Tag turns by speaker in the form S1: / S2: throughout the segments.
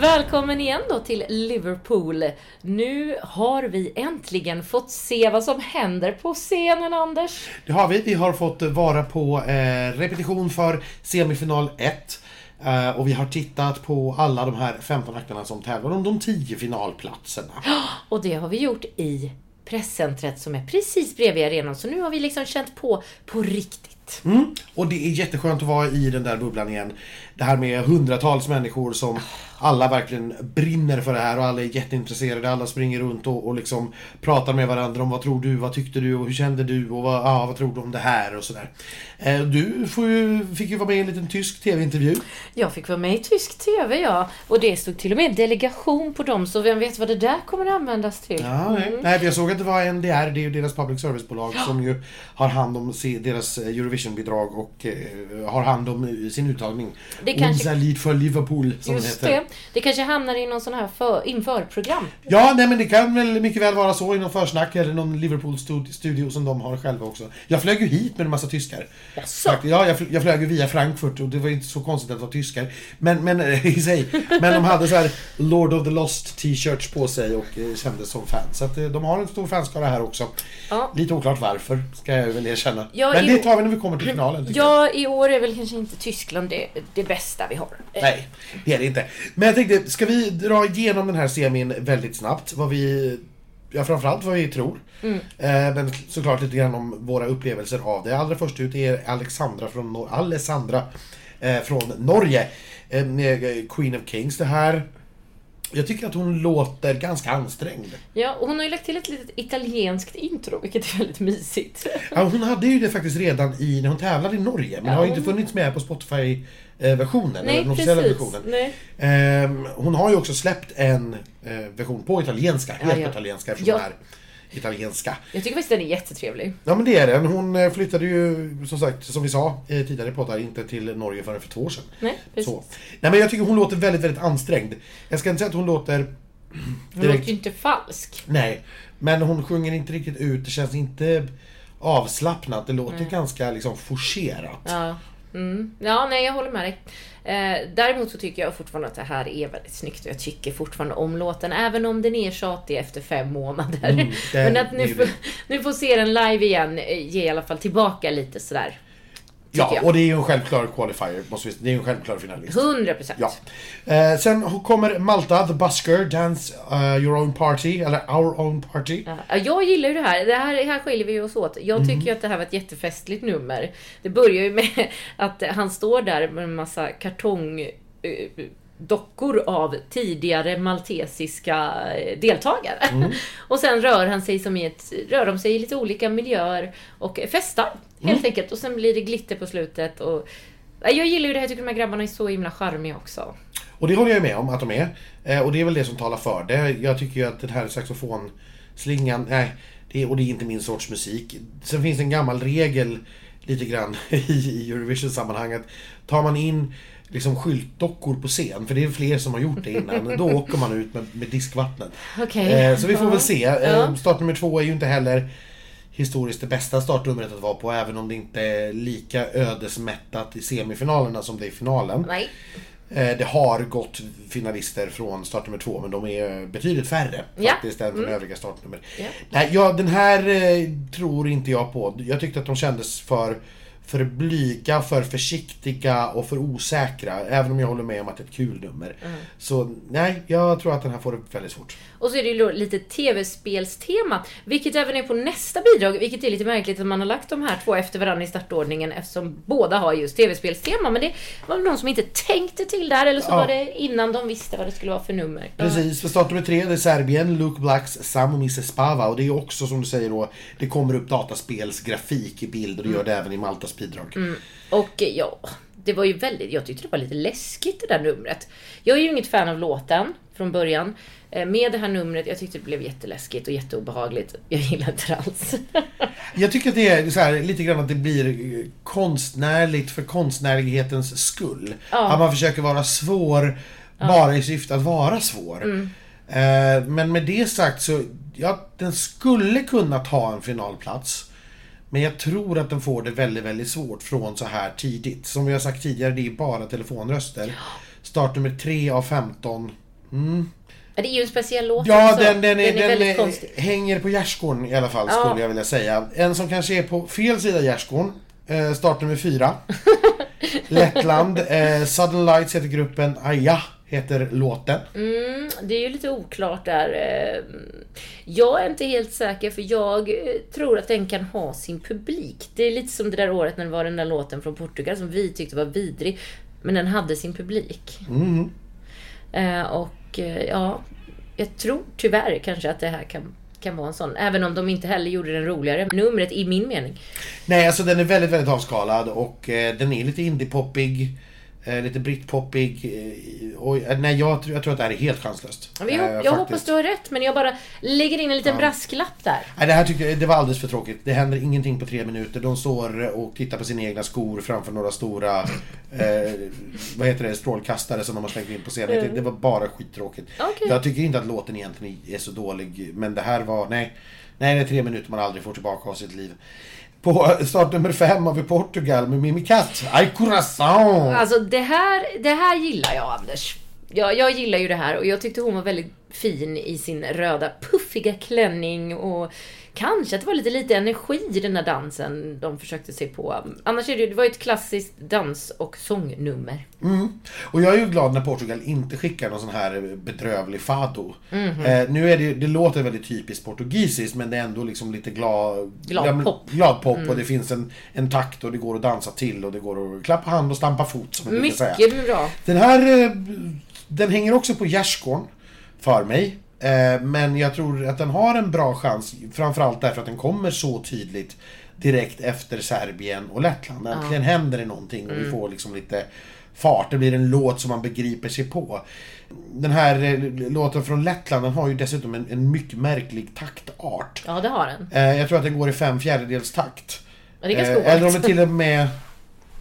S1: Välkommen igen då till Liverpool. Nu har vi äntligen fått se vad som händer på scenen, Anders.
S2: Det har vi. Vi har fått vara på eh, repetition för semifinal 1. Eh, och vi har tittat på alla de här 15 akterna som tävlar om de 10 finalplatserna.
S1: Och det har vi gjort i presscentret som är precis bredvid arenan. Så nu har vi liksom känt på, på riktigt.
S2: Mm. Och det är jätteskönt att vara i den där bubblan igen. Det här med hundratals människor som alla verkligen brinner för det här och alla är jätteintresserade. Alla springer runt och, och liksom pratar med varandra om vad tror du, vad tyckte du och hur kände du och vad, ja, vad tror du om det här och sådär. Eh, Du får ju, fick ju vara med i en liten tysk TV-intervju.
S1: Jag fick vara med i tysk TV, ja. Och det stod till och med delegation på dem, så vem vet vad det där kommer att användas till.
S2: Ja, nej.
S1: Mm.
S2: nej, jag såg att det var NDR, det är ju deras public service-bolag som ju har hand om se- deras eh, Eurovision-bidrag och eh, har hand om eh, sin uttagning.
S1: Det kanske-
S2: Unser Lied för Liverpool, som den
S1: Just
S2: heter.
S1: det. Det kanske hamnar i någon sån här för, införprogram.
S2: Ja, nej men det kan väl mycket väl vara så i någon försnack eller någon Liverpool-studio som de har själva också. Jag flög ju hit med en massa tyskar.
S1: Jaså?
S2: Fakt- Ja, jag, fl- jag flög ju via Frankfurt och det var ju inte så konstigt att det var tyskar. Men, men eh, i sig. Men de hade så här Lord of the Lost t-shirts på sig och eh, kändes som fans. Så att eh, de har en stor fanskara här också.
S1: Ja.
S2: Lite oklart varför, ska jag väl erkänna.
S1: Ja,
S2: men
S1: i-
S2: det tar vi när vi kommer till finalen. tycker jag.
S1: Ja, i år är väl kanske inte Tyskland det, det bästa vi har.
S2: Nej, det är det inte. Men jag tänkte, ska vi dra igenom den här semin väldigt snabbt? Vad vi, ja framförallt vad vi tror. Eh, men såklart lite grann om våra upplevelser av det. Allra först ut är Alexandra från, Nor- Alessandra, eh, från Norge. Eh, med, eh, Queen of Kings det här. Jag tycker att hon låter ganska ansträngd.
S1: Ja, och hon har ju lagt till ett litet italienskt intro, vilket är väldigt mysigt.
S2: Ja, hon hade ju det faktiskt redan i, när hon tävlade i Norge, men
S1: Ja,
S2: har ju
S1: hon-
S2: inte funnits med på Spotify-versionen. eller
S1: Nej,
S2: den officiella
S1: precis.
S2: versionen.
S1: Nej.
S2: Ehm, hon har ju också släppt en eh, version på italienska, helt
S1: ja.
S2: på italienska eftersom
S1: Ja.
S2: hon är italienska.
S1: Jag tycker faktiskt den är jättetrevlig.
S2: Ja men det är den. Hon eh, flyttade ju som sagt, som vi sa eh, tidigare i poddar, inte till Norge förrän för två år sedan.
S1: Nej, precis.
S2: Så. Nej men jag tycker hon låter väldigt, väldigt ansträngd. Jag ska inte säga att hon låter
S1: Hon
S2: direkt-
S1: låter ju inte falsk.
S2: Nej, men hon sjunger inte riktigt ut. Det känns inte avslappnat. Det låter ganska liksom forcerat.
S1: Ja. Mm. ja, nej jag håller med dig. Eh, däremot så tycker jag fortfarande att det här är väldigt snyggt och jag tycker fortfarande om låten, även om den är tjatig efter fem månader.
S2: Mm, det
S1: Men att
S2: är
S1: nu,
S2: det.
S1: få- nu få se den live igen eh, ger i alla fall tillbaka lite sådär.
S2: ja,
S1: jag.
S2: och det är ju en självklar qualifier. Måste vi, det är ju en självklar finalist.
S1: 100 procent.
S2: Ja. Eh, sen kommer Malta, The Busker, Dance eh, Your Own Party, eller Our Own Party.
S1: Ja, jag gillar ju det här. Det här, här skiljer vi oss åt.
S2: Mm.
S1: Jag tycker ju att det här var ett jättefestligt nummer. Det börjar ju med att han står där med en massa kartong eh, dockor av tidigare maltesiska eh, deltagare.
S2: Mm.
S1: Och sen rör han sig som i ett, rör de sig i lite olika miljöer och festar helt
S2: Mm.
S1: enkelt. Och sen blir det glitter på slutet. Och, Ja, jag gillar ju det här, jag tycker de här grabbarna är så himla charmiga också.
S2: Och det håller jag med om att de är. Eh, och det är väl det som talar för det. Jag tycker ju att den här saxofonslingan, nej, det, är- och det är inte min sorts musik. Sen finns det en gammal regel lite grann i, i Eurovision-sammanhang att tar man in liksom skyltdockor på scen, för det är fler som har gjort det innan, då åker man ut med, med diskvattnet.
S1: Okej.
S2: Eh, så vi får
S1: Ja.
S2: väl se. Eh,
S1: Ja.
S2: Startnummer två är ju inte heller historiskt det bästa startnumret att vara på, även om det inte är lika ödesmättat i semifinalerna som det är i finalen.
S1: Nej.
S2: Eh, Det har gått finalister från startnummer två, men de är betydligt färre
S1: Ja. Mm.
S2: faktiskt än från övriga startnummer.
S1: Ja.
S2: Nej, ja, den här eh, tror inte jag på. Jag tyckte att de kändes för, för blyga, för försiktiga och för osäkra. Även om jag håller med om att det är ett kul nummer.
S1: Mm.
S2: Så nej, jag tror att den här får det väldigt svårt.
S1: Och så är det ju då lite tv-spelstema, vilket även är på nästa bidrag, vilket är lite märkligt att man har lagt de här två efter varandra i startordningen eftersom båda har just tv-spelstema. Men det var väl någon som inte tänkte till där, eller så
S2: Ja.
S1: var det innan de visste vad det skulle vara för nummer.
S2: Precis, för startnummer tre det är Serbien, Luke Blacks Samo Misse Spava. Och det är också som du säger då, det kommer upp dataspelsgrafik i bild och det gör det även i Maltas bidrag.
S1: Och eh, ja, det var ju väldigt, jag tyckte det var lite läskigt det där numret. Jag är ju inget fan av låten från början. Eh, Med det här numret, jag tyckte det blev jätteläskigt och jätteobehagligt. Jag gillar inte det alls.
S2: Jag tycker att det är så här, lite grann att det blir eh, konstnärligt för konstnärlighetens skull.
S1: Ja.
S2: Att man försöker vara svår bara i syfte att vara svår. Eh, Men med det sagt så, ja, den skulle kunna ta en finalplats. Men jag tror att den får det väldigt, väldigt svårt från så här tidigt. Som vi har sagt tidigare, det är bara telefonröster. Startnummer 3 av 15
S1: Ja, Det är ju en speciell låt
S2: Ja,
S1: också.
S2: den, den, är,
S1: Alltså, den är väldigt
S2: eh,
S1: konstig.
S2: hänger på gärdsgården i alla fall,
S1: Ja.
S2: skulle jag vilja säga. En som kanske är på fel sida gärdsgården, eh, startnummer fyra. Lettland. Eh, Sudden Lights heter gruppen, Aja heter låten.
S1: Mm, det är ju lite oklart där. eh. Jag är inte helt säker för jag eh, tror att den kan ha sin publik. Det är lite som det där året när det var den där låten från Portugal som vi tyckte var vidrig. Men den hade sin publik.
S2: Mm.
S1: Eh, Och eh, ja, jag tror tyvärr kanske att det här kan, kan vara en sån. Även om de inte heller gjorde den roligare. Numret i min mening.
S2: Nej, alltså den är väldigt, väldigt avskalad och eh, den är lite indie-poppig. Eh, lite brittpoppig. Eh, och, eh, nej, jag, tror- jag tror att det här är helt chanslöst.
S1: Vi
S2: Eh,
S1: hop- jag
S2: faktiskt.
S1: hoppas du har rätt men jag bara lägger in en liten brasklapp där.
S2: Nej, det här tyckte jag, det var alldeles för tråkigt. Det händer ingenting på tre minuter. De står och tittar på sina egna skor framför några stora eh, vad heter det, strålkastare som de har slängt in på scenen. Det, det var bara skittråkigt.
S1: Mm. Okej.
S2: Jag tycker inte att låten egentligen är så dålig, men det här var, nej. Nej, det är tre minuter man aldrig får tillbaka av sitt liv. På start nummer fem har vi Portugal med Mimi Katt. Ay corazón!
S1: Alltså det här, det här gillar jag Anders. Jag, jag gillar ju det här och jag tyckte hon var väldigt fin i sin röda puffiga klänning och kanske att det var lite, lite energi i den här dansen de försökte sig på. Annars är det ju, det var ju ett klassiskt dans och sångnummer.
S2: Mm. Och jag är ju glad när Portugal inte skickar någon sån här bedrövlig fado.
S1: Mhm.
S2: Eh, nu är det, det låter väldigt typiskt portugisiskt men det är ändå liksom lite glad...
S1: Glad
S2: ja, men-
S1: pop. Mm.
S2: Glad pop och det finns en, en takt och det går att dansa till och det går att klappa hand och stampa fot som man brukar säga.
S1: Mycket bra.
S2: Den här, eh, den hänger också på gärdsgården för mig. Eh, Men jag tror att den har en bra chans, framförallt därför att den kommer så tydligt direkt efter Serbien och Lettland. Äntligen händer det någonting och vi får liksom lite fart. Det blir en låt som man begriper sig på. Den här eh, låten från Lettland, den har ju dessutom en, en mycket märklig taktart.
S1: Ja, det har den.
S2: Eh, Jag tror att den går i fem fjärdedels takt.
S1: Ja, det är ganska
S2: Eh, Eller om det
S1: ovanligt.
S2: till och med...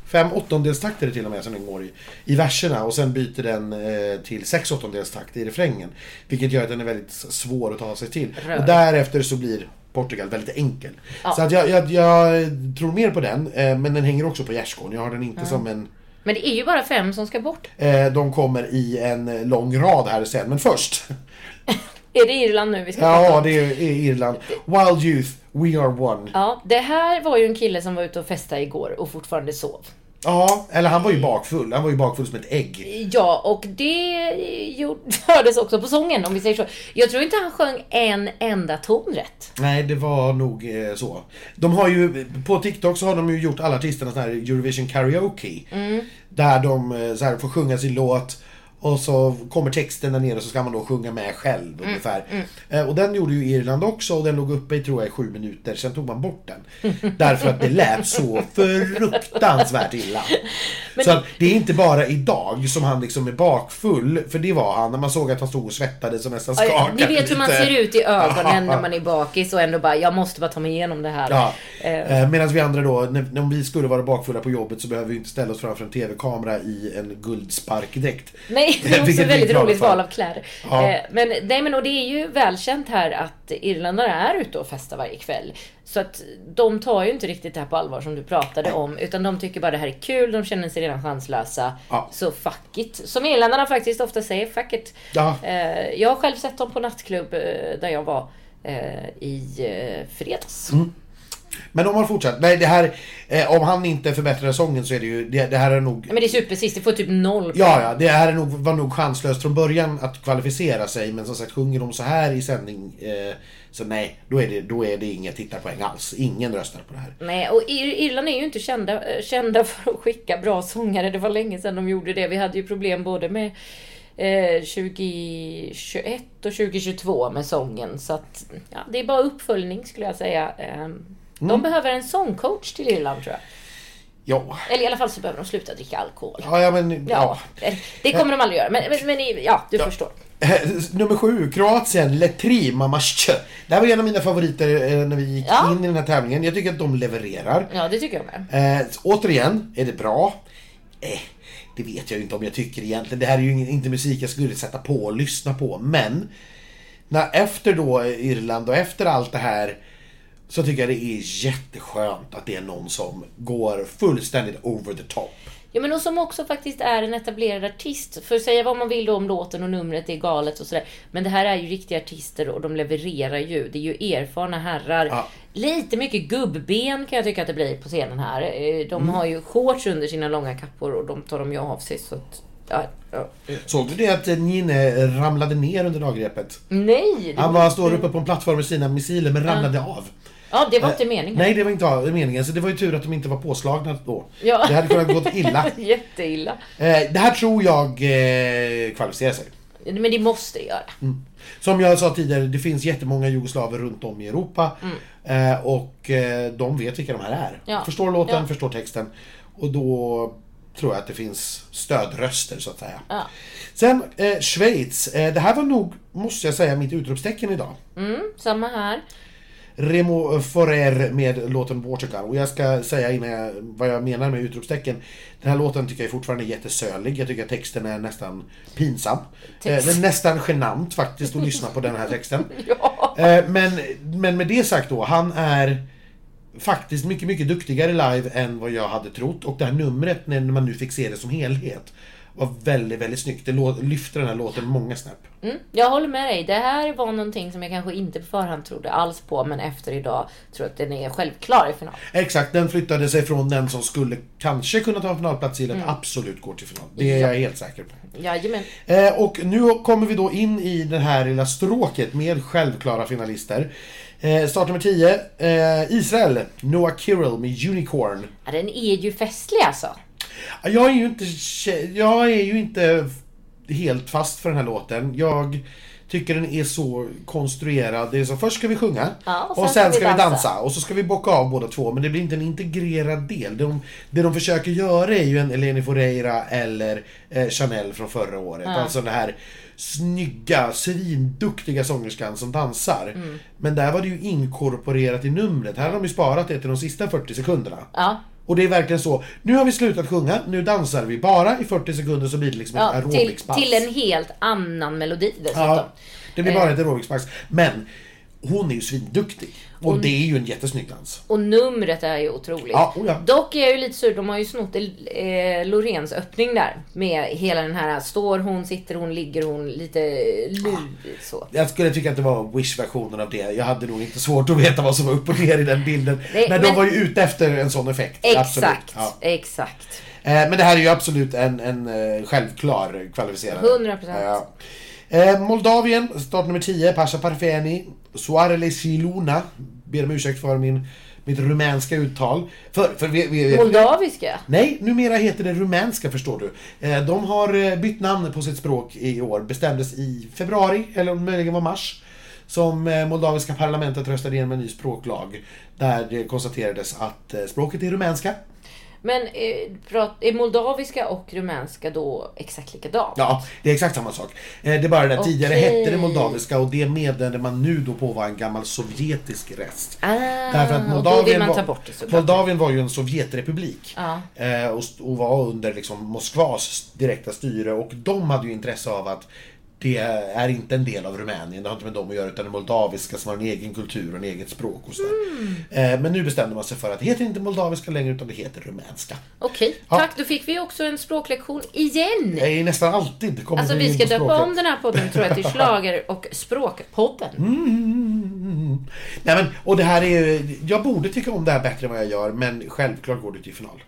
S2: Fem åttondelstakt är det till och med som den går i, i verserna och sen byter den eh, till sex åttondelstakt i refrängen. Vilket gör att den är väldigt s- svår att ta sig till.
S1: Rörig.
S2: Och därefter så blir Portugal väldigt enkel.
S1: Ja.
S2: Så att jag, jag, jag tror mer på den, eh, men den hänger också på gärdsgården. Jag har den inte som en...
S1: Men det är ju bara fem som ska bort.
S2: Eh, de kommer i en eh, lång rad här sen, men först.
S1: Är det Irland nu vi ska prata
S2: ja,
S1: om?
S2: det är, är Irland. Wild Youth, We Are One.
S1: Ja, det här var ju en kille som var ute och festade igår och fortfarande sov.
S2: Ja, eller han var ju bakfull. Han var ju bakfull som ett ägg.
S1: Ja, och det gjorde- hördes också på sången om vi säger så. Jag tror inte han sjöng en enda ton rätt.
S2: Nej, det var nog eh, så. De har ju, på TikTok så har de ju gjort alla artisterna sån här Eurovision Karaoke.
S1: Mm.
S2: Där de eh, så här, får sjunga sin låt och så kommer texten där nere så ska man då sjunga med själv
S1: Mm,
S2: ungefär. Eh, Och den gjorde ju Irland också och den låg uppe i tror jag i sju minuter, sen tog man bort den. Därför att det lät så fruktansvärt illa. så att det är inte bara idag som han liksom är bakfull, för det var han när man såg att han stod och svettades och nästan skakade
S1: Ni vet hur man
S2: lite.
S1: ser ut i ögonen när man är bakis och ändå bara, jag måste bara ta mig igenom det här.
S2: Ja.
S1: Eh,
S2: Eh, Medan vi andra då, när, när vi skulle vara bakfulla på jobbet så behöver vi inte ställa oss framför en TV-kamera i en guldsparkdräkt.
S1: Nej, det är också
S2: Vilket
S1: ett
S2: vi är
S1: väldigt
S2: glada
S1: roligt
S2: för.
S1: val av kläder.
S2: Ja.
S1: Eh, Men, nej, men och det är ju välkänt här att irländarna är ute och festar varje kväll. Så att de tar ju inte riktigt det här på allvar som du pratade om. Utan de tycker bara det här är kul, de känner sig redan chanslösa.
S2: Ja.
S1: Så fuck it. Som irländarna faktiskt ofta säger, fuck it.
S2: Ja.
S1: Eh, Jag har själv sett dem på nattklubb eh, där jag var eh, i eh, fredags.
S2: Mm. Men om man fortsätter. Nej, det här, eh, om han inte förbättrar sången så är det ju, det, det här är nog
S1: Nej, Men det är supersist, det får typ noll
S2: Ja, ja, det här är nog, var nog chanslöst från början att kvalificera sig men som sagt sjunger de så här i sändning eh, så nej, då är, det, då är det inga tittarpoäng alls. Ingen röstar på det här.
S1: Nej, och Ir- Irland är ju inte kända, eh, kända för att skicka bra sångare. Det var länge sedan de gjorde det. Vi hade ju problem både med eh, 2021 och 2022 med sången. Så att, ja, det är bara uppföljning skulle jag säga. Eh,
S2: Mm.
S1: De behöver en sångcoach till Irland tror jag.
S2: Ja,
S1: Eller i alla fall så behöver de sluta dricka alkohol.
S2: ja, ja men...
S1: Ja,
S2: Ja.
S1: eh, det kommer de aldrig göra. Men, men, men i- ja, du förstår.
S2: Eh, Nummer sju, Kroatien, Letri Mamastjö. Det här var en av mina favoriter eh, när vi gick
S1: Ja.
S2: in i den här tävlingen. Jag tycker att de levererar.
S1: Ja, det tycker jag med.
S2: Eh, återigen, är det bra? Eh, det vet jag ju inte om jag tycker egentligen. Det här är ju ingen- inte musik jag skulle sätta på och lyssna på, men när efter då Irland och efter allt det här så tycker jag det är jätteskönt att det är någon som går fullständigt over the top.
S1: Ja, men och som också faktiskt är en etablerad artist. För säga vad man vill då om låten och numret är galet och sådär. Men det här är ju riktiga artister och de levererar ju. Det är ju erfarna herrar.
S2: Ja.
S1: Lite mycket gubbben kan jag tycka att det blir på scenen här. Eh, De har ju shorts under sina långa kappor och de tar de ju av sig. Så att, ja, ja.
S2: Såg du det att Nine ramlade ner under dagrepet?
S1: Nej! Det,
S2: Han bara står uppe på en plattform med sina missiler men ramlade av.
S1: ja, det var inte meningen.
S2: Nej, det var inte av- meningen. Så det var ju tur att de inte var påslagna då.
S1: Ja.
S2: Det hade kunnat gått illa.
S1: Jätteilla.
S2: Eh, det här tror jag eh, kvalificerar sig.
S1: Men det måste det göra.
S2: Som jag sa tidigare, det finns jättemånga jugoslaver runt om i Europa. Eh, och eh, de vet vilka de här är.
S1: Mm. Ja.
S2: Förstår låten,
S1: Ja.
S2: förstår texten. Och då tror jag att det finns stödröster så att säga.
S1: Ja.
S2: Sen eh, Schweiz. Eh, det här var nog, måste jag säga, mitt utropstecken idag.
S1: Mm, samma här.
S2: Remo Forer med låten Watergun. Och jag ska säga innan jag, vad jag menar med utropstecken. Den här låten tycker jag fortfarande är jättesölig. Jag tycker att texten är nästan pinsam.
S1: Text.
S2: Eh, men nästan genant faktiskt att lyssna på den här texten.
S1: Ja.
S2: Eh, men, men med det sagt då, han är faktiskt mycket, mycket duktigare live än vad jag hade trott. Och det här numret, när man nu fick se det som helhet, var väldigt, väldigt snyggt. Det lå- lyfter den här låten många snäpp.
S1: Mm, jag håller med dig. Det här var någonting som jag kanske inte på förhand trodde alls på, men efter idag tror jag att den är självklar i final.
S2: Exakt, den flyttade sig från den som skulle kanske kunna ta en finalplats till att absolut gå till final. Det är jag helt säker på.
S1: Jajamän.
S2: Eh, och nu kommer vi då in i det här lilla stråket med självklara finalister. Eh, start nummer 10, eh, Israel, Noah Kirill med Unicorn.
S1: Ja, den är ju festlig alltså.
S2: Jag är ju inte, kä- jag är ju inte helt fast för den här låten. Jag tycker den är så konstruerad. Det är så, först ska vi sjunga
S1: Ja,
S2: och sen, ska vi dansa.
S1: dansa.
S2: Och så ska vi bocka av båda två. Men det blir inte en integrerad del. De, det de försöker göra är ju en Eleni Foureira eller eh, Chanel från förra året. Alltså den här snygga, svinduktiga sångerskan som dansar. Men där var det ju inkorporerat i numret. Här har de ju sparat det till de sista 40 sekunderna.
S1: Ja,
S2: Och det är verkligen så. Nu har vi slutat sjunga, nu dansar vi bara i 40 sekunder så blir det liksom
S1: ja
S2: ett
S1: till,
S2: aerobicspass.
S1: till en helt annan melodi dessutom.
S2: Ja, det blir bara
S1: Eh.
S2: ett aerobicspass. Men hon är ju svinduktig. Och det är ju en jättesnygg dans.
S1: Och numret är ju otroligt.
S2: Ja, oh ja.
S1: Dock är jag ju lite sur, de har ju snott eh, Lorens öppning där. Med hela den här, står hon, sitter hon, ligger hon, lite lurigt så.
S2: Jag skulle tycka att det var Wish-versionen av det. Jag hade nog inte svårt att veta vad som var upp och ner i den bilden.
S1: Nej,
S2: men,
S1: men-
S2: de var ju ute efter en sån effekt. Absolut.
S1: Exakt,
S2: Ja.
S1: exakt.
S2: Eh, Men det här är ju absolut en, en eh, självklar kvalificerad.
S1: 100%.
S2: Ja. Eh, Moldavien, start nummer 10, Pasha Parfeni. Soarele Siluna. Ber om ursäkt för min, mitt rumänska uttal. För, för vi, vi, vi,
S1: Moldaviska.
S2: nej, numera heter det rumänska förstår du. Eh, de har eh, bytt namn på sitt språk i år. Bestämdes i februari, eller om det möjligen var mars. Som eh, moldaviska parlamentet röstade igenom en ny språklag. Där det konstaterades att eh, språket är rumänska.
S1: Men eh, prat, är moldaviska och rumänska då exakt likadant?
S2: Ja, det är exakt samma sak. Eh, Det är bara det att tidigare
S1: Okej.
S2: hette det moldaviska och det meddelade man nu då på var en gammal sovjetisk rest.
S1: Ah,
S2: Därför att
S1: och då vill
S2: Moldavien,
S1: man ta
S2: var,
S1: bort det Ah. såklart.
S2: Moldavien var ju en sovjetrepublik.
S1: Ja.
S2: Eh, Och, st- och var under liksom Moskvas direkta styre och de hade ju intresse av att det är inte en del av Rumänien, det har inte med dem att göra, utan det moldaviska som har en egen kultur och en eget språk och sådär.
S1: Mm.
S2: Eh, Men nu bestämde man sig för att det heter inte moldaviska längre utan det heter rumänska.
S1: Okej,
S2: Ja.
S1: tack. Då fick vi också en språklektion igen.
S2: Det är nästan alltid kommer
S1: Alltså
S2: in
S1: vi ska
S2: på
S1: döpa
S2: språket.
S1: om den här podden tror jag till Schlager och språkpodden.
S2: Mm. Nej men, och det här är ju- Jag borde tycka om det här bättre än vad jag gör, men självklart går det till final.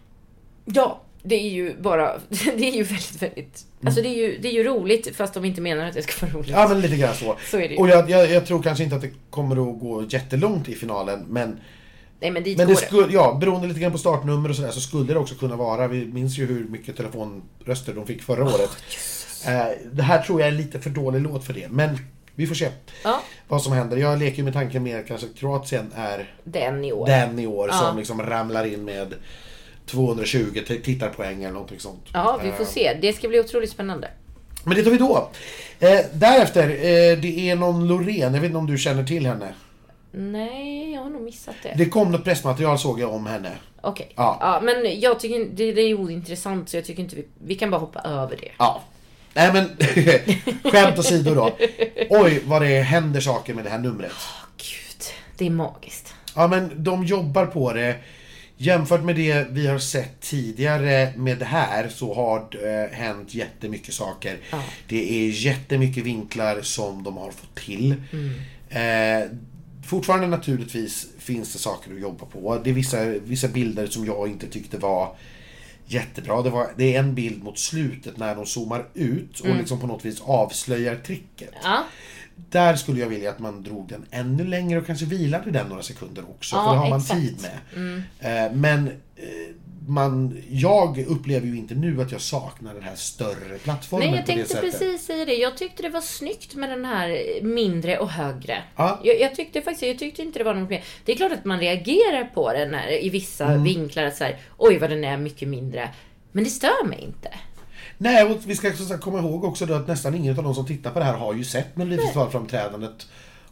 S1: Ja, det är ju bara, det är ju väldigt, väldigt, alltså det är ju, det är ju roligt fast de inte menar att det ska vara roligt.
S2: Mm. Ja men lite grann så.
S1: Så är det ju.
S2: Och jag, jag, jag tror kanske inte att det kommer att gå jättelångt i finalen, men,
S1: Nej men dit
S2: men
S1: går
S2: det
S1: det.
S2: skulle, ja, beroende lite grann på startnummer och sådär, så skulle det också kunna vara. Vi minns ju hur mycket telefonröster de fick förra året. Eh, det här tror jag är lite för dålig låt för det, men vi får se
S1: Ja,
S2: vad som händer. Jag leker ju med tanken mer kanske att Kroatien är
S1: den i år.
S2: den i år
S1: Ja.
S2: som liksom ramlar in med 220 t- tittarpoäng eller någonting sånt.
S1: Ja, vi får
S2: Eh,
S1: se. Det ska bli otroligt spännande.
S2: Men det tar vi då. Eh, därefter, eh, det är någon Loreen, jag vet inte om du känner till henne.
S1: Nej, jag har nog missat det.
S2: Det kom något pressmaterial såg jag om henne.
S1: Okej. Ja.
S2: Ja.
S1: men jag tycker det, det är ointressant så jag tycker inte vi, vi kan bara hoppa över det.
S2: Ja. Nej men, skämt åsido då. Oj, vad det händer saker med det här numret.
S1: Åh gud, det är magiskt.
S2: Ja men de jobbar på det. Jämfört med det vi har sett tidigare med det här så har det eh, hänt jättemycket saker.
S1: Ja.
S2: Det är jättemycket vinklar som de har fått till. Eh, fortfarande naturligtvis finns det saker att jobba på. Det är vissa, vissa bilder som jag inte tyckte var jättebra. Det, var, det är en bild mot slutet när de zoomar ut och liksom på något vis avslöjar tricket.
S1: Ja,
S2: Där skulle jag vilja att man drog den ännu längre och kanske vilade den några sekunder också.
S1: Ja,
S2: för det har man
S1: exakt. Mm.
S2: tid med. Eh, Men eh, man, jag upplever ju inte nu att jag saknar den här större plattformen
S1: Nej, jag
S2: på det
S1: tänkte
S2: sättet.
S1: precis säga det. Jag tyckte det var snyggt med den här mindre och högre.
S2: Ja.
S1: Jag, jag tyckte faktiskt jag tyckte inte det var något mer. Det är klart att man reagerar på den här i vissa
S2: Mm.
S1: vinklar. Att så här, Oj, vad den är mycket mindre. Men det stör mig inte.
S2: Nej, och vi ska också komma ihåg också då att nästan ingen av de som tittar på det här har ju sett Melodifestivalframträdandet.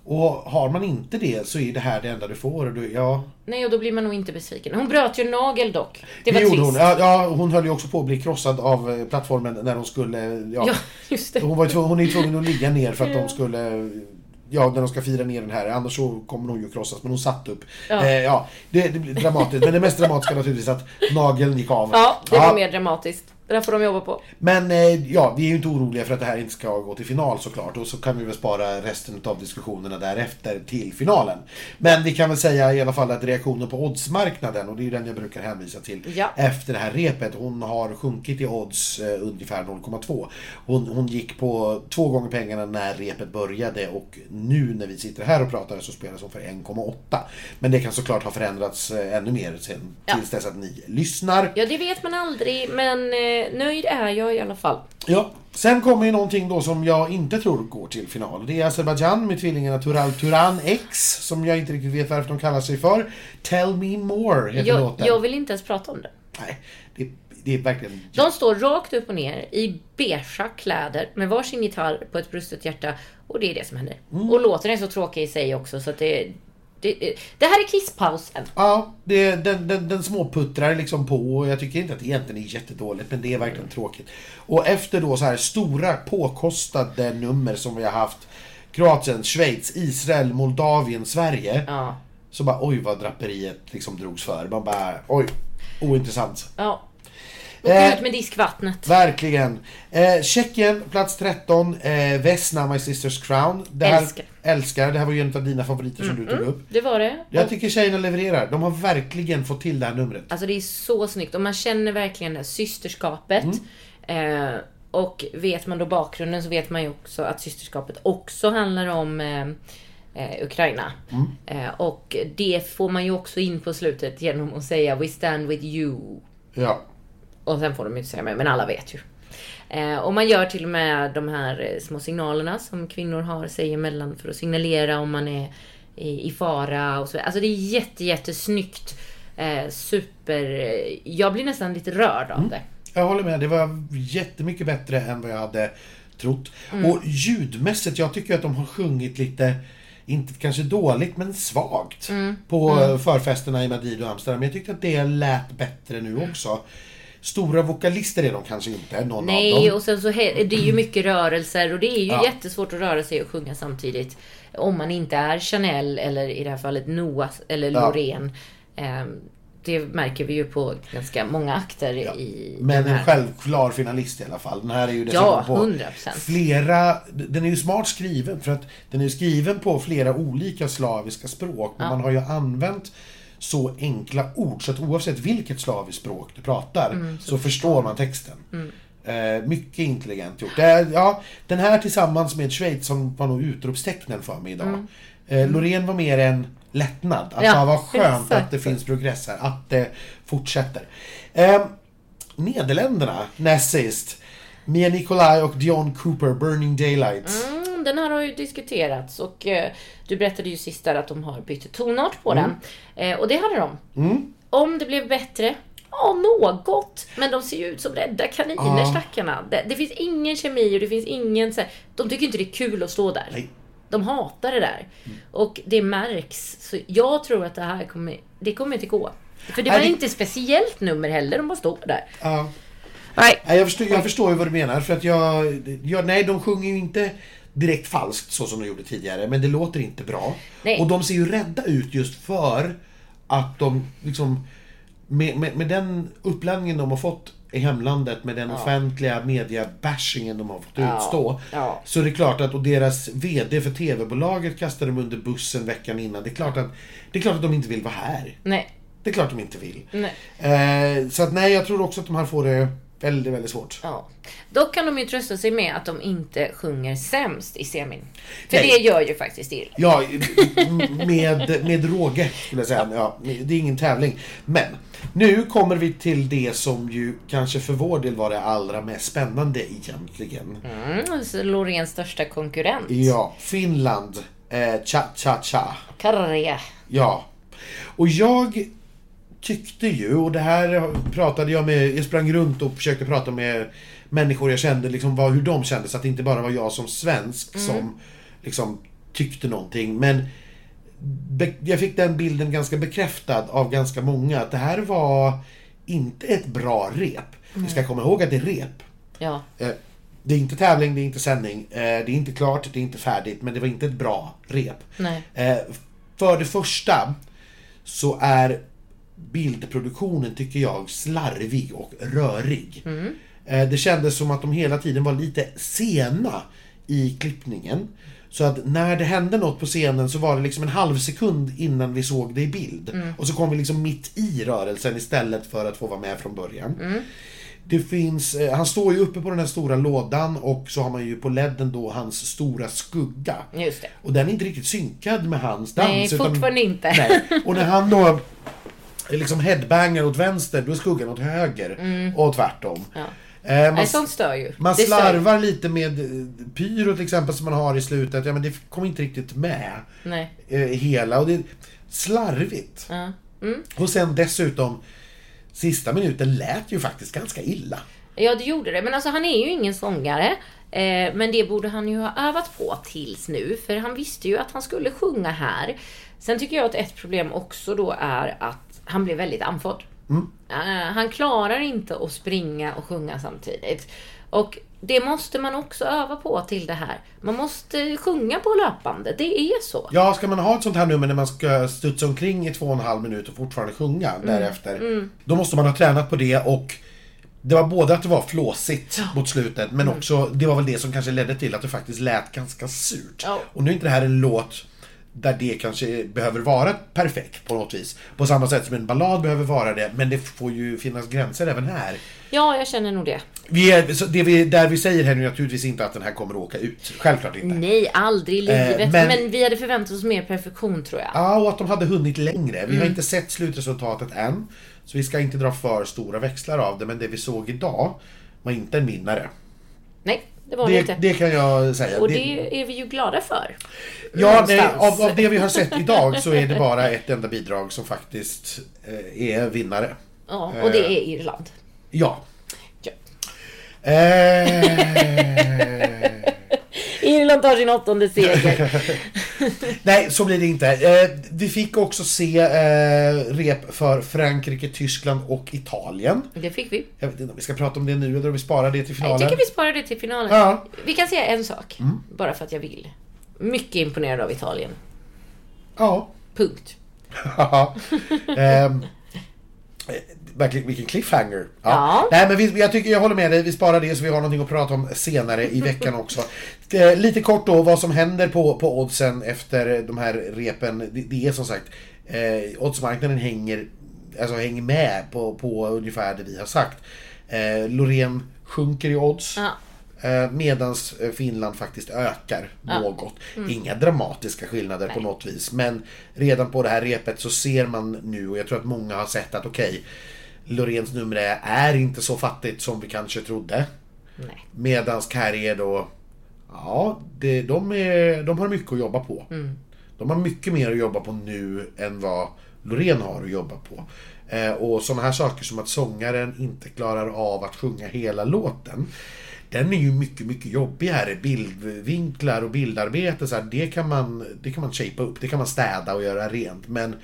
S2: Och har man inte det så är det här det enda du får. Och du, ja,
S1: Nej, och då blir man nog inte besviken. Hon bröt ju en nagel dock. Det var
S2: gjorde
S1: trist.
S2: hon. Ja, ja, hon höll ju också på att bli krossad av eh, plattformen när hon skulle... Ja,
S1: Ja, just det.
S2: Hon, var ju tvungen, hon är ju tvungen att ligga ner för att de skulle... Ja, när de ska fira ner den här. Annars så kommer hon ju krossas. Men hon satt upp.
S1: Ja.
S2: Eh, ja, det, det blir dramatiskt. Men det mest dramatiska är naturligtvis att nageln gick av.
S1: Ja, det
S2: Ja.
S1: var mer dramatiskt. Det där får de jobba på.
S2: Men eh, ja, vi är ju inte oroliga för att det här inte ska gå till final såklart. Och så kan vi väl spara resten av diskussionerna därefter till finalen. Men vi kan väl säga i alla fall att reaktionen på oddsmarknaden, och det är ju den jag brukar hänvisa till,
S1: Ja.
S2: efter det här repet, hon har sjunkit i odds eh, ungefär 0,2. Hon, hon gick på två gånger pengarna när repet började och nu när vi sitter här och pratar så spelas hon för 1,8. Men det kan såklart ha förändrats eh, ännu mer sen,
S1: Ja.
S2: tills dess att ni lyssnar.
S1: Ja, det vet man aldrig, men eh, nöjd är jag i alla fall.
S2: Ja, sen kommer ju någonting då som jag inte tror går till final. Det är Azerbaijan med tvillingarna Tural Turan X, som jag inte riktigt vet varför de kallar sig för. Tell me more heter
S1: Jag,
S2: låten.
S1: jag vill inte ens prata om det.
S2: Nej, det, det är verkligen...
S1: De står rakt upp och ner i beigea kläder med varsin gitarr på ett brustet hjärta. Och det är det som händer. Och låten är så tråkig i sig också så att det... Det, det här är kisspausen.
S2: Ja, det, den, den, den småputtrar liksom på och jag tycker inte att det egentligen är jättedåligt men det är verkligen tråkigt. Och efter då så här stora påkostade nummer som vi har haft Kroatien, Schweiz, Israel, Moldavien, Sverige.
S1: Ja.
S2: Så bara oj vad draperiet liksom drogs för. Man bara oj, ointressant.
S1: ja. Och
S2: Eh.
S1: ut med diskvattnet.
S2: Verkligen. Eh, Tjeckien, plats 13. Eh, Vesna, My Sister's Crown. Det här,
S1: Älskar.
S2: älskar. Det här var ju en av dina favoriter som du tog upp.
S1: Det var det.
S2: Jag tycker tjejerna levererar. De har verkligen fått till det här numret.
S1: Alltså det är så snyggt och man känner verkligen det här systerskapet. Eh, och vet man då bakgrunden så vet man ju också att systerskapet också handlar om eh, eh, Ukraina. Eh, och det får man ju också in på slutet genom att säga We stand with you.
S2: Ja.
S1: Och sen får de ju inte säga mer, men alla vet ju. Eh, och man gör till och med de här eh, små signalerna som kvinnor har sig emellan för att signalera om man är i, i fara och så. Alltså det är jätte, jättesnyggt. Eh, super... eh, Jag blir nästan lite rörd
S2: Mm.
S1: av det.
S2: Jag håller med. Det var jättemycket bättre än vad jag hade trott.
S1: Mm.
S2: Och ljudmässigt, jag tycker att de har sjungit lite, inte kanske dåligt, men svagt.
S1: Mm.
S2: På eh, förfesterna i Madrid och Amsterdam. Jag tyckte att det lät bättre nu
S1: Mm.
S2: också. Stora vokalister är de kanske inte, någon av
S1: Nej,
S2: dem.
S1: och sen så he- det är ju mycket rörelser och det är ju
S2: Ja.
S1: jättesvårt att röra sig och sjunga samtidigt. Om man inte är Chanel eller i det här fallet Noah eller
S2: Ja.
S1: Loreen. Eh, det märker vi ju på ganska många akter i
S2: Men
S1: den
S2: en
S1: här.
S2: självklar finalist i alla fall. Den här är ju dessutom
S1: Ja,
S2: på
S1: 100%.
S2: flera... Den är ju smart skriven för att den är ju skriven på flera olika slaviska språk. Men
S1: Ja.
S2: man har ju använt så enkla ord så att oavsett vilket slaviskt språk du pratar
S1: Mm,
S2: så, förstår man texten. Eh, mycket intelligent gjort. Det är, ja, den här tillsammans med Schweiz som var nog utropstecknen för mig idag. Eh, Loreen var mer en lättnad. Att
S1: Mm. Ja,
S2: ja, vad skönt att
S1: exakt.
S2: det finns progress här. Att det fortsätter. Ehm, Nederländerna näst sist. Mia Nicolai och Dion Cooper, Burning Daylight.
S1: Mm, den här har ju diskuterats och eh, du berättade ju sist där att de har bytt tonart på
S2: Mm.
S1: den. Eh, och det hade de. Om det blev bättre? Ja, något. Men de ser ju ut som rädda kaniner,
S2: Ja.
S1: stackarna. Det, det finns ingen kemi och det finns ingen... Så här, de tycker inte det är kul att stå där.
S2: Nej. Mm.
S1: De hatar det där. Och det märks. Så jag tror att det här kommer... Det kommer inte gå. För det
S2: Nej,
S1: var
S2: det-
S1: inte speciellt nummer heller, de bara står där.
S2: Ja.
S1: Nej.
S2: Nej, jag, förstår, jag förstår ju vad du menar. För att jag, jag, nej, de sjunger ju inte direkt falskt så som de gjorde tidigare. Men det låter inte bra.
S1: Nej.
S2: Och de ser ju rädda ut just för att de liksom... med, med, med den uppladdningen de har fått i hemlandet med den offentliga media-bashingen de har fått
S1: Ja.
S2: utstå.
S1: Ja.
S2: Så det är klart att, och deras VD för TV-bolaget kastade dem under bussen veckan innan. Det är klart att, det är klart att de inte vill vara här.
S1: Nej.
S2: Det är klart de inte vill.
S1: Nej.
S2: Eh, så att nej, jag tror också att de här får det väldigt, väldigt svårt.
S1: Ja. Dock kan de ju trösta sig med att de inte sjunger sämst i semin. För
S2: Nej.
S1: det gör ju faktiskt illa.
S2: Ja, med, med råge skulle jag säga. Ja, det är ingen tävling. Men nu kommer vi till det som ju kanske för vår del var det allra mest spännande egentligen.
S1: Mm, så Loreens största konkurrent.
S2: Ja, Finland. Eh, cha cha cha.
S1: Karre.
S2: Ja. Och jag tyckte ju, och det här pratade jag med, jag sprang runt och försökte prata med människor jag kände, liksom vad, hur de kände, så att det inte bara var jag som svensk som liksom tyckte någonting. Men be, jag fick den bilden ganska bekräftad av ganska många, att det här var inte ett bra rep. Vi ska komma ihåg att det är rep.
S1: Ja.
S2: Eh, Det är inte tävling, det är inte sändning, eh, det är inte klart, det är inte färdigt, men det var inte ett bra rep.
S1: Nej.
S2: Eh, För det första så är bildproduktionen, tycker jag, slarvig och rörig. Eh, Det kändes som att de hela tiden var lite sena i klippningen. Så att när det hände något på scenen så var det liksom en halv sekund innan vi såg det i bild. Och så kom vi liksom mitt i rörelsen istället för att få vara med från början. Det finns, eh, han står ju uppe på den här stora lådan och så har man ju på ledden då hans stora skugga.
S1: Just det.
S2: Och den är inte riktigt synkad med hans dans.
S1: Nej, fortfarande inte.
S2: nej. Och när han då liksom headbangar åt vänster, då är skuggan åt höger. Och tvärtom.
S1: Ja.
S2: Eh, man,
S1: Mm. Nej, sånt stör ju.
S2: man
S1: Det stör ju.
S2: slarvar lite med eh, pyro till exempel som man har i slutet. Ja, men det kom inte riktigt med
S1: Nej.
S2: eh, hela. Och det är slarvigt.
S1: Ja. Mm.
S2: Och sen dessutom, sista minuten lät ju faktiskt ganska illa.
S1: Ja, det gjorde det. Men alltså han är ju ingen sångare. Eh, men det borde han ju ha övat på tills nu. För han visste ju att han skulle sjunga här. Sen tycker jag att ett problem också då är att han blev väldigt andfådd. Eh, han klarar inte att springa och sjunga samtidigt. Och det måste man också öva på till det här. Man måste sjunga på löpbandet. Det är så.
S2: Ja, ska man ha ett sånt här nummer när man ska studsa omkring i två och en halv minut och fortfarande sjunga därefter. Då måste man ha tränat på det och det var både att det var flåsigt mot slutet men också det var väl det som kanske ledde till att det faktiskt lät ganska surt.
S1: Ja.
S2: Och nu är inte det här en låt där det kanske behöver vara perfekt på något vis. På samma sätt som en ballad behöver vara det, men det får ju finnas gränser även här.
S1: Ja, jag känner nog det.
S2: Vi är, så det vi, där vi säger här nu är naturligtvis inte att den här kommer att åka ut. Självklart inte.
S1: Nej, aldrig i livet.
S2: men-
S1: Eh, men... vi hade förväntat oss mer perfektion tror jag.
S2: Ja, och att de hade hunnit längre. Vi
S1: Mm.
S2: har inte sett slutresultatet än. Så vi ska inte dra för stora växlar av det, men det vi såg idag var inte en vinnare.
S1: Nej, det var det inte.
S2: Det, det kan jag säga.
S1: Och
S2: Det-
S1: det är vi ju glada för.
S2: ja, nej,
S1: någonstans.
S2: av, av det vi har sett idag så är det bara ett enda bidrag som faktiskt eh, är vinnare.
S1: Ja, och det är Irland.
S2: Ja.
S1: Ja.
S2: Eh,
S1: Irland tar sin åttonde seger.
S2: nej, så blir det inte. Eh, vi fick också se eh, rep för Frankrike, Tyskland och Italien.
S1: Det fick vi.
S2: Jag vet inte om vi ska prata om det nu eller om vi sparar det till finalen.
S1: Jag tycker vi sparar det till finalen.
S2: Ja.
S1: Vi kan säga en sak, bara för att jag vill. Mycket imponerad av Italien.
S2: Ja.
S1: Punkt.
S2: Ehm, eh, Verkligen, vilken cliffhanger. Ja.
S1: Ja.
S2: Nej, men vi, jag, tycker, jag håller med dig, vi sparar det så vi har någonting att prata om senare i veckan också. Eh, Lite kort då, vad som händer på, på oddsen efter de här repen. Det, det är som sagt, eh, oddsmarknaden hänger, alltså hänger med på, på ungefär det vi har sagt. Eh, Loreen sjunker i odds.
S1: Ja.
S2: Eh, Medans eh, Finland faktiskt ökar något. Inga dramatiska skillnader på något vis. Men redan på det här repet så ser man nu, och jag tror att många har sett att okej, Loreens nummer är- är inte så fattigt som vi kanske trodde.
S1: Nej.
S2: Medans Carrie är då, ja, det, de, är, de har mycket att jobba på.
S1: Mm.
S2: De har mycket mer att jobba på nu än vad Loreen har att jobba på. Eh, och sådana här saker som att sångaren inte klarar av att sjunga hela låten. Den är ju mycket, mycket jobbigare. Bildvinklar och bildarbete, så här, det kan man, det kan man shapea upp, det kan man städa och göra rent. Men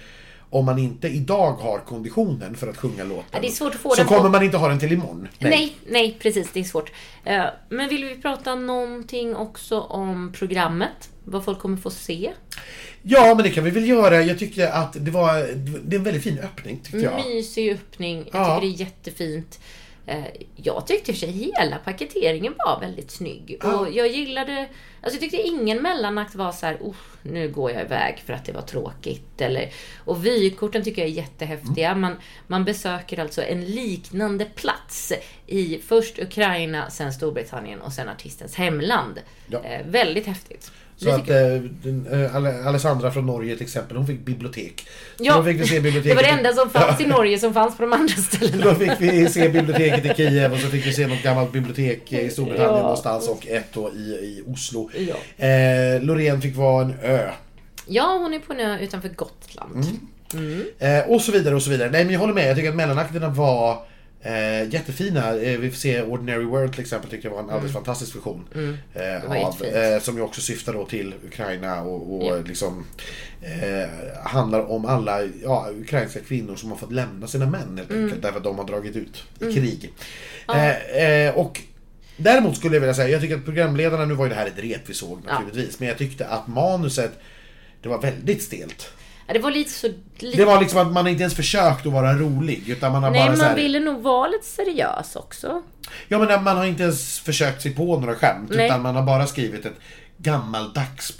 S2: om man inte idag har konditionen för att sjunga låten
S1: Ja, det är svårt att få
S2: så
S1: den på-
S2: kommer man inte ha den till imorgon.
S1: Nej. nej, precis. Det är svårt. Eh, Men vill vi prata någonting också om programmet? Vad folk kommer få se?
S2: Ja, men det kan vi väl göra. Jag tyckte att det var det är en väldigt fin öppning, tyckte
S1: Mm,
S2: jag.
S1: Mysig öppning. Jag
S2: Ja.
S1: tycker det är jättefint. Eh, Jag tyckte i och för sig hela paketeringen var väldigt snygg.
S2: Ja.
S1: Och jag gillade... Alltså jag tyckte ingen mellanakt var så här, oh, nu går jag iväg för att det var tråkigt. Eller, och vykorten tycker jag är jättehäftiga.
S2: Mm.
S1: Man, man besöker alltså en liknande plats i först Ukraina, sen Storbritannien och sen artistens hemland.
S2: Ja.
S1: Eh, väldigt häftigt.
S2: Så
S1: Det
S2: att
S1: tycker jag.
S2: eh, den, eh, Ale- Alessandra från Norge till exempel, hon fick bibliotek. Så
S1: Ja,
S2: då fick vi se biblioteket.
S1: det var det enda som fanns i Norge som fanns på de andra ställena.
S2: Då fick vi se biblioteket i Kiev och så fick vi se något gammalt bibliotek i Storbritannien
S1: Ja.
S2: någonstans och ett då i, i Oslo.
S1: Ja.
S2: Eh, Loreen fick vara en ö.
S1: Ja, hon är på en ö utanför Gotland.
S2: Mm.
S1: Mm.
S2: Eh, och så vidare och så vidare. Nej men jag håller med, jag tycker att mellanakterna var eh, jättefina. Eh, vi får se Ordinary World till exempel, tycker jag var en alldeles fantastisk version.
S1: Mm. Det
S2: Eh,
S1: var
S2: av,
S1: jättefint.
S2: eh, som ju också syftar då till Ukraina och, och
S1: Ja.
S2: liksom eh, handlar om alla ja, ukrainska kvinnor som har fått lämna sina män helt enkelt
S1: Mm.
S2: därför att de har dragit ut i krig. Eh, eh, och Däremot skulle jag vilja säga, jag tycker att programledarna, nu var ju det här ett rep vi såg naturligtvis, men jag tyckte att manuset, det var väldigt stelt.
S1: Ja, Det var lite så... Lite,
S2: Det var liksom att man inte ens försökt att vara rolig utan man har
S1: nej,
S2: bara så
S1: man
S2: här,
S1: ville nog vara lite seriös också.
S2: Ja men man har inte ens försökt sig på några skämt
S1: Nej.
S2: utan man har bara skrivit ett gammaldags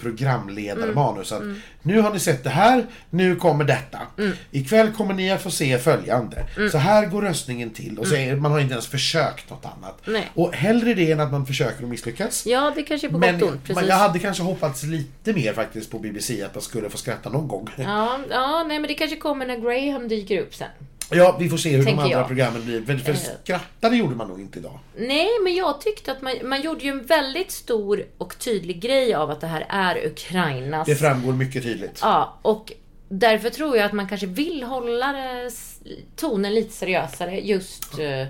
S1: Mm.
S2: programledarmanus. Att Nu har ni sett det här, nu kommer detta.
S1: Mm.
S2: Ikväll kommer ni att få se följande. Så här går röstningen till och så är, man har inte ens försökt något annat.
S1: Mm. Nej.
S2: Och hellre det än att man försöker och misslyckas.
S1: Ja, det kanske är på
S2: Men,
S1: gott och ont.
S2: men
S1: Precis.
S2: jag hade kanske hoppats lite mer faktiskt på BBC att man skulle få skratta någon gång.
S1: Ja, ja, nej men det kanske kommer när Graham dyker upp sen.
S2: Ja, vi får se hur
S1: Tänker
S2: de andra
S1: jag. Eh.
S2: programmen blir. För, för skrattade gjorde man nog inte idag.
S1: Nej, men jag tyckte att man, man gjorde ju en väldigt stor och tydlig grej av att det här är Ukrainas...
S2: Det framgår mycket tydligt.
S1: Ja, och därför tror jag att man kanske vill hålla det s- tonen lite seriösare just... eh,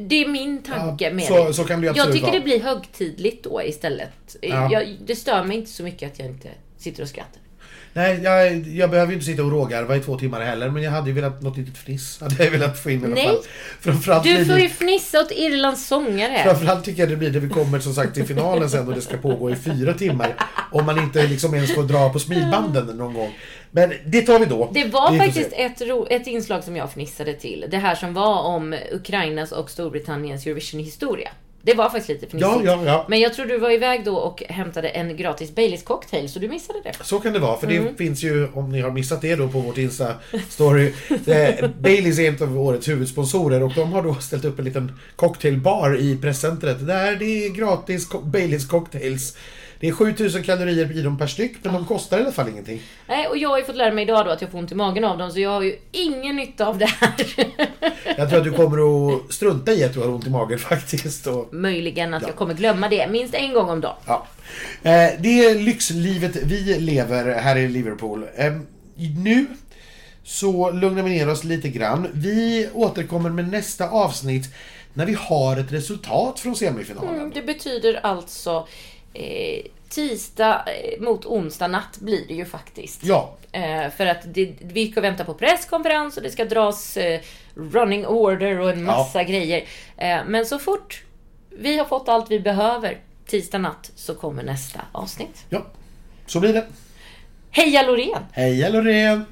S1: Det är min tanke
S2: Ja,
S1: med
S2: så,
S1: det.
S2: så kan det ju
S1: Jag
S2: absolut
S1: tycker
S2: vara.
S1: det blir högtidligt då istället. Eh,
S2: Ja.
S1: Jag, det stör mig inte så mycket att jag inte sitter och skrattar.
S2: Nej, jag, jag behöver ju inte sitta och rågarva i två timmar heller, men jag hade ju velat något litet fniss. Hade jag velat få in i alla
S1: Nej.
S2: fall. Framförallt,
S1: Du
S2: blir
S1: får
S2: det-
S1: ju fnissa åt Irlands sångare.
S2: framförallt tycker jag det blir det vi kommer som sagt till finalen sen och det ska pågå i fyra timmar. Om man inte liksom ens får dra på smilbanden någon gång. Men det tar vi då.
S1: Det var
S2: Vi får se.
S1: faktiskt ett, ro, ett inslag som jag fnissade till. Det här som var om Ukrainas och Storbritanniens Eurovision-historia. Det var faktiskt lite fnissigt.
S2: Ja, ja, ja.
S1: Men jag tror du var iväg då och hämtade en gratis Baileys cocktail, så du missade det.
S2: Så kan det vara, för det finns ju, om ni har missat det då på vårt Insta-story, eh, Baileys är en av årets huvudsponsorer och de har då ställt upp en liten cocktailbar i presscentret där det är gratis co- Baileys cocktails. Det är 7000 kalorier i dem per styck, men de kostar i alla fall ingenting.
S1: Nej, och jag har ju fått lära mig idag då att jag får ont i magen av dem, så jag har ju ingen nytta av det här.
S2: Jag tror att du kommer att strunta i att du har ont i magen faktiskt. Och
S1: Möjligen att jag kommer glömma det minst en gång om dagen.
S2: Ja. Eh, Det är lyxlivet vi lever här i Liverpool. Eh, Nu så lugnar vi ner oss lite grann. Vi återkommer med nästa avsnitt när vi har ett resultat från semifinalen.
S1: Mm, Det betyder alltså eh, tisdag eh, mot onsdag natt blir det ju faktiskt.
S2: Ja,
S1: Eh, för att det, vi ska vänta på presskonferens och det ska dras eh, running order och en massa grejer. Eh, men så fort vi har fått allt vi behöver tisdag natt så kommer nästa avsnitt.
S2: ja. Så blir det.
S1: Heja Loreen!
S2: Hej Loreen!